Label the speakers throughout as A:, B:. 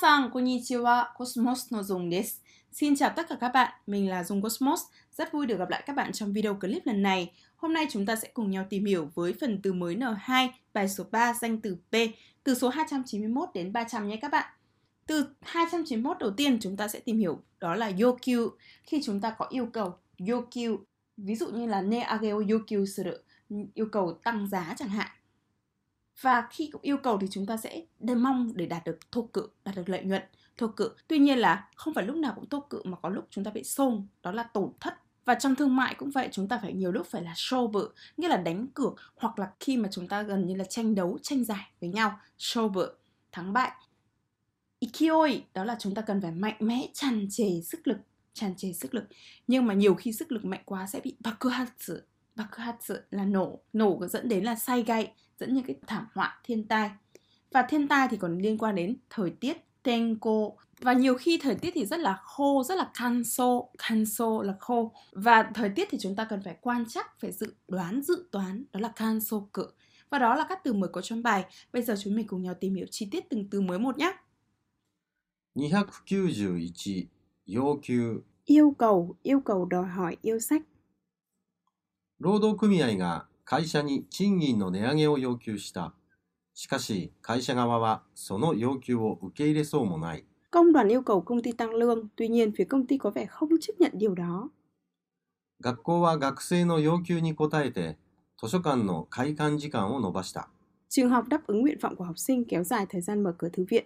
A: san, konnichiwa, Cosmos no Dung des. Xin chào tất cả các bạn, mình là Dung Cosmos. Rất vui được gặp lại các bạn trong video clip lần này. Hôm nay chúng ta sẽ cùng nhau tìm hiểu với phần từ mới N2, bài số 3 danh từ P, từ số 291 đến 300 nhé các bạn. Từ 291 đầu tiên chúng ta sẽ tìm hiểu đó là yokyu. Khi chúng ta có yêu cầu yokyu, ví dụ như là ne ageo yokyu suru, yêu cầu tăng giá chẳng hạn và khi cũng yêu cầu thì chúng ta sẽ để mong để đạt được thô cự đạt được lợi nhuận thô cự tuy nhiên là không phải lúc nào cũng thô cự mà có lúc chúng ta bị xôn đó là tổn thất và trong thương mại cũng vậy chúng ta phải nhiều lúc phải là show bự nghĩa là đánh cược hoặc là khi mà chúng ta gần như là tranh đấu tranh giải với nhau show bự thắng bại ikioi đó là chúng ta cần phải mạnh mẽ tràn trề sức lực tràn trề sức lực nhưng mà nhiều khi sức lực mạnh quá sẽ bị bakuhatsu bakuhatsu là nổ nổ có dẫn đến là say gậy dẫn những cái thảm họa thiên tai và thiên tai thì còn liên quan đến thời tiết tenko và nhiều khi thời tiết thì rất là khô rất là kanso kanso là khô và thời tiết thì chúng ta cần phải quan trắc phải dự đoán dự toán đó là kanso cự và đó là các từ mới có trong bài bây giờ chúng mình cùng nhau tìm hiểu chi tiết từng từ mới một nhé
B: 291要求
A: yêu cầu yêu cầu đòi hỏi yêu sách
B: 労働組合が会社に賃金の値上げを要求したしかし会社側はその要求を受け入れそうもない
A: công đoàn yêu cầu công ty tăng lương tuy nhiên phía công ty có vẻ không chấp nhận điều đó
B: 学校は学生の要求に応えて図書館の開館時間を延ばした
A: trường học đáp ứng nguyện vọng của học sinh kéo dài thời gian mở cửa thư viện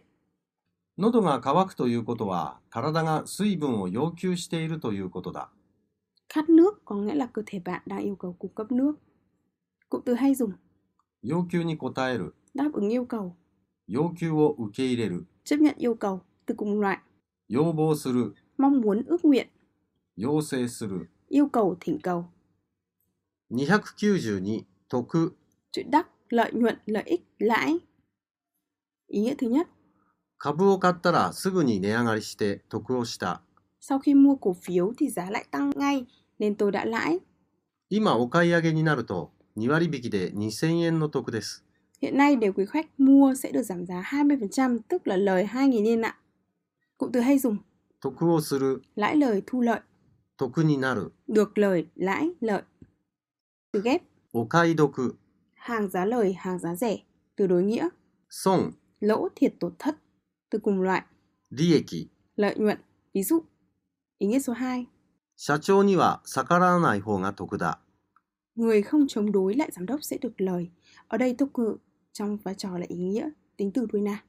B: 喉が渇くということは体が水分を要求しているということだ
A: khát nước có nghĩa là cơ thể bạn đang yêu cầu cung cấp nước cụm từ hay dùng
B: 要求に応える
A: đáp ứng yêu cầu
B: 要求を受け入れる
A: chấp nhận yêu cầu từ cùng loại
B: 要望する
A: mong muốn ước nguyện
B: 要請する
A: yêu cầu thỉnh cầu
B: 292得
A: chữ đắc lợi nhuận lợi ích lãi ý nghĩa thứ nhất
B: 株を買ったらすぐに値上がりして得をした
A: sau khi mua cổ phiếu thì giá lại tăng ngay nên tôi đã lãi
B: 今お買い上げになると2割引きで2000円の得です
A: hiện nay nếu quý khách mua sẽ được giảm giá 20% tức là lời 2.000 yên ạ cụm từ hay dùng
B: 得をする
A: lãi lời thu lợi
B: 得になる
A: được lời lãi lợi từ ghép
B: お買い得
A: hàng giá lời, hàng giá rẻ, từ đối nghĩa,
B: 損
A: lỗ thiệt tổn thất, từ cùng loại,
B: 利益
A: lợi nhuận, ví dụ. Ý nghĩa số 2,
B: 社長には逆らわない方が得だ
A: người không chống đối lại giám đốc sẽ được lời. Ở đây tục ngữ trong vai trò là ý nghĩa, tính từ đuôi na,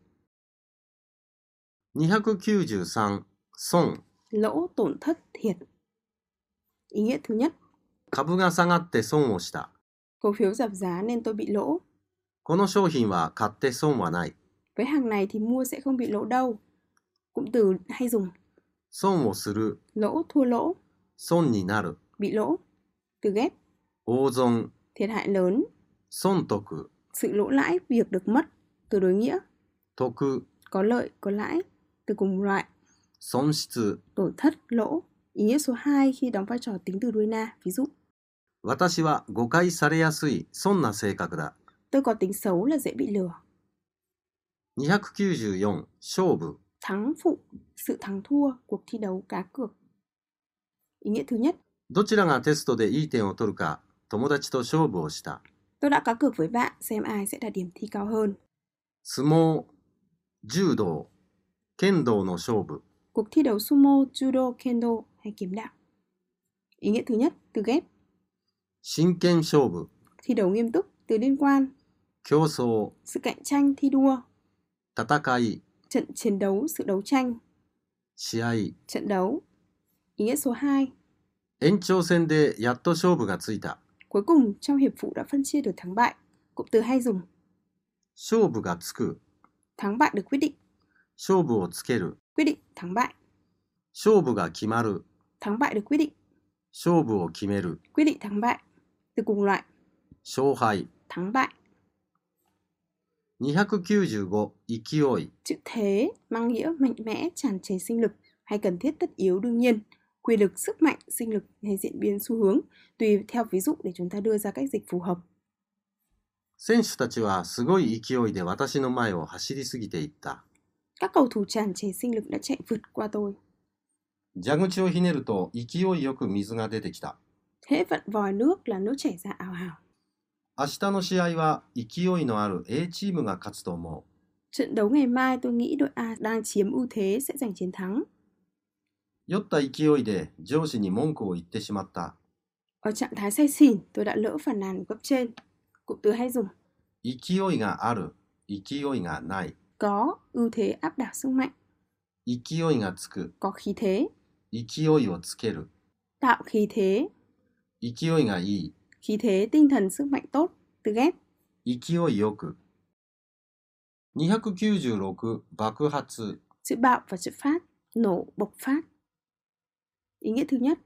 B: 293損
A: lỗ tổn thất thiệt. Ý nghĩa thứ nhất,
B: 株が下がって損をした
A: cổ phiếu giảm giá nên tôi bị lỗ.
B: この商品は買って損はない
A: Với hàng này thì mua sẽ không bị lỗ đâu. Cụm từ hay dùng
B: 損をする
A: lỗ thua lỗ,
B: 損になる
A: bị lỗ. Từ ghép
B: 大損
A: thiệt hại lớn,
B: 損得
A: sự lỗ lãi việc được mất, từ đối nghĩa
B: 得
A: có lợi, có lãi, từ cùng loại,
B: 損失
A: tổn thất, lỗ. Ý nghĩa số 2 khi đóng vai trò tính từ đuôi na, ví dụ,
B: 私は誤解されやすい損な性格だ
A: tôi có tính xấu là dễ bị lừa.
B: 294勝負
A: Thắng phụ, sự thắng thua, cuộc thi đấu, cá cược. Ý nghĩa thứ nhất,
B: どちらがテストでいい点を取るか友達と勝負をした
A: tôi đã cá cược với bạn xem ai sẽ đạt điểm thi cao hơn.
B: 相撲柔道剣道の勝負
A: Cuộc thi đấu sumo, judo, kendo hay kiếm đạo. Ý nghĩa thứ nhất, từ ghép,
B: 真剣勝負
A: thi đấu nghiêm túc, từ liên quan,
B: 競争
A: sự cạnh tranh, thi đua,
B: 戦い
A: trận chiến đấu, sự đấu tranh,
B: 試合
A: trận đấu. Ý nghĩa số 2,
B: 延長戦でやっと勝負がついた
A: Cuối cùng, trong hiệp phụ đã phân chia được thắng bại. Cụm từ hay dùng,
B: 勝負がつく
A: thắng bại được quyết định,
B: 勝負をつける
A: quyết định thắng bại,
B: 勝負が決まる
A: thắng bại được quyết định,
B: 勝負を決める
A: quyết định thắng bại. Từ cùng loại,
B: 勝敗
A: thắng bại,
B: 295勢い
A: chữ thế mang nghĩa mạnh mẽ, tràn trề sinh lực hay cần thiết tất yếu đương nhiên. Quy lực, sức mạnh, sinh lực hay diễn biến xu hướng, tùy theo ví dụ để chúng ta đưa ra cách dịch phù hợp.
B: 選手たちはすごい勢いで私の前を走り過ぎていった
A: Các cầu thủ tràn trề sinh lực đã chạy vượt qua tôi.
B: 蛇口をひねると勢いよく水が出てきた。
A: Hễ vặn vòi nước là nước chảy ra ào ào.
B: 明日の試合は勢いのある A チームが勝つと思
A: Trận đấu ngày mai tôi nghĩ đội A đang chiếm ưu thế sẽ giành chiến thắng.
B: う。酔った勢いで上司に文句を言ってしまった。
A: Ở trạng thái say xỉn, tôi đã lỡ phản nàn của cấp trên. Cụm từ hay dùng
B: 勢いがある、勢いがない、
A: có ưu thế áp đảo sức mạnh,
B: 勢いがつく、
A: có khí thế,
B: 勢いをつける、
A: tạo khí thế,
B: 勢いがい
A: khí thế tinh thần sức mạnh tốt, từ ghép.
B: い、勢いよく。296爆発、
A: Chữ bạo và chữ phát, nổ, bộc phát. Ý nghĩa thứ nhất,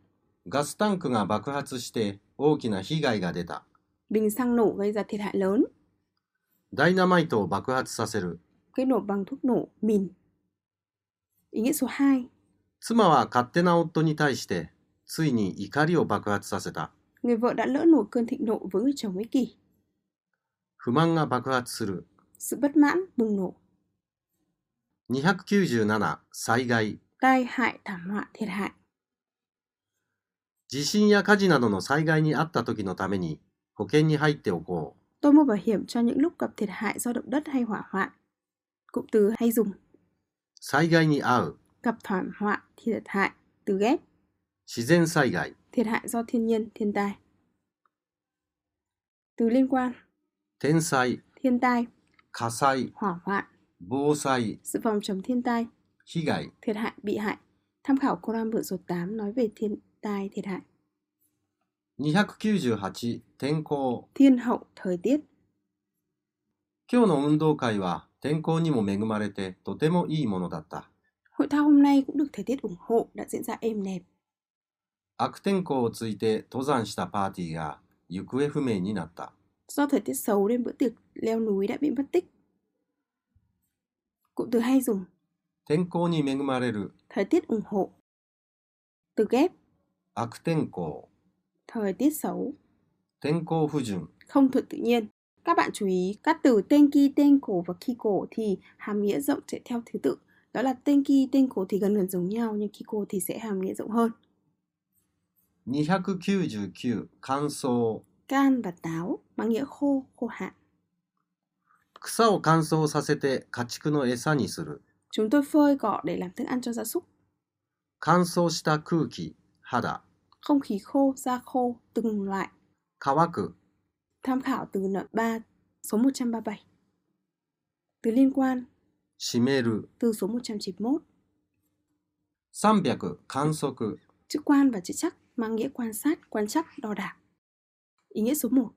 B: ガスタンクが爆発して大きな被害が出た。
A: bình xăng nổ gây ra thiệt hại lớn,
B: ダイナマイトを爆発させる。
A: gây nổ bằng thuốc nổ, mìn. Ý nghĩa số 2,
B: 妻は勝手な夫に対してついに怒りを爆発させた。
A: người vợ đã lỡ nổi cơn thịnh nộ với người chồng ích kỷ.
B: 不満が爆発する。
A: Sự bất mãn, bùng nổ,
B: 297災害。
A: tai hại, thảm họa, thiệt hại.
B: 地震や火事などの災害にあった時のために保険に入っておこう。
A: Tôi mua bảo hiểm cho những lúc gặp thiệt hại do động đất hay hỏa hoạn. Cụm từ hay dùng
B: 災害に遭う。
A: gặp thảm họa, thiệt hại, từ ghép,
B: 自然災害。
A: thiệt hại do thiên nhiên, thiên tai. Từ liên quan,
B: 天災。
A: thiên tai,
B: 火災。
A: hỏa hoạn,
B: 防災。
A: sự phòng chống thiên tai,
B: 被害。
A: thiệt hại, bị hại. Tham khảo Quran vựa số 8 nói về thiên tai, thiệt hại.
B: 298天候。
A: Thiên hậu, thời tiết.
B: 今日の運動会は天候にも恵まれてとてもいいものだった。
A: Hội thao hôm nay cũng được thời tiết ủng hộ, đã diễn ra êm đẹp.
B: 悪天候をついて登山したパーティーが行方不明になった。
A: Do thời tiết xấu nên bữa tiệc leo núi đã bị mất tích. Cụm từ hay dùng
B: 天候に恵まれる
A: thời tiết ủng hộ. Từ ghép,
B: 悪天候、
A: thời tiết xấu,
B: 天候不順、
A: không thuận tự nhiên. Các bạn chú ý, các từ tenki, tenko và kiko thì hàm nghĩa rộng chạy theo thứ tự. Đó là tenki, tenko thì gần gần giống nhau nhưng kiko thì sẽ hàm nghĩa rộng hơn.
B: 299乾燥、
A: Can và táo mang nghĩa khô, khô hạn.
B: 草を乾燥させて家畜の餌にする、
A: Chúng tôi phơi cỏ để làm thức ăn cho gia súc.
B: 乾燥した空気、肌、
A: Không khí khô, da khô, từng loại.
B: 乾く、
A: Tham khảo từ nợ 3 số 137. Từ liên quan,
B: 湿る、
A: từ số 191.
B: 300観測、
A: Chữ quan và chữ chắc mang nghĩa quan sát, quan trắc, đo đạc. Ý nghĩa số 1.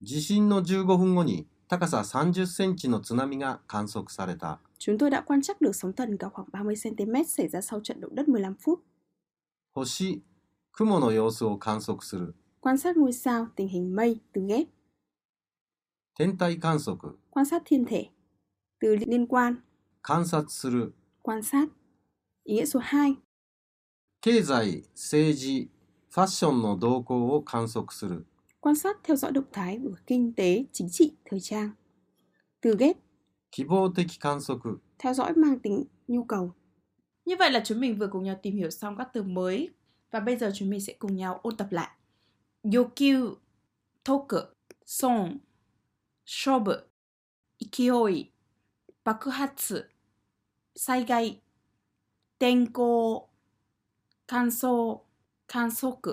B: 地震の15分後に高さ30センチの津波が観測された、
A: Chúng tôi đã quan trắc được sóng thần cao khoảng 30cm xảy ra sau trận động đất 15 phút.
B: 星、雲の様子を観測する、
A: Quan sát ngôi sao, tình hình mây, từ ghép.
B: 天体観測、
A: Quan sát thiên thể. Từ liên quan,
B: 観察する、
A: quan sát. Ý nghĩa số 2.
B: 経済、政治、ファッションの動向を観測する、
A: Quan sát theo dõi động thái của kinh tế, chính trị, thời trang. Từ ghép,
B: 希望的観測、
A: theo dõi mang tính nhu cầu.
C: Như vậy là chúng mình vừa cùng nhau tìm hiểu xong các từ mới và bây giờ chúng mình sẽ cùng nhau ôn tập lại. Yokyu, toku, son, shobu, ikioi, bakuhatsu, saigai, tenko, kanso, kansoku.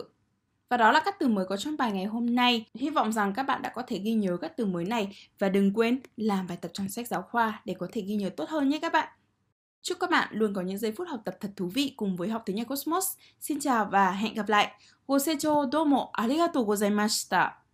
C: Và đó là các từ mới có trong bài ngày hôm nay. Hy vọng rằng các bạn đã có thể ghi nhớ các từ mới này và đừng quên làm bài tập trong sách giáo khoa để có thể ghi nhớ tốt hơn nhé các bạn. Chúc các bạn luôn có những giây phút học tập thật thú vị cùng với học tiếng Nhật Cosmos. Xin chào và hẹn gặp lại.ご清聴どうもありがとうございました。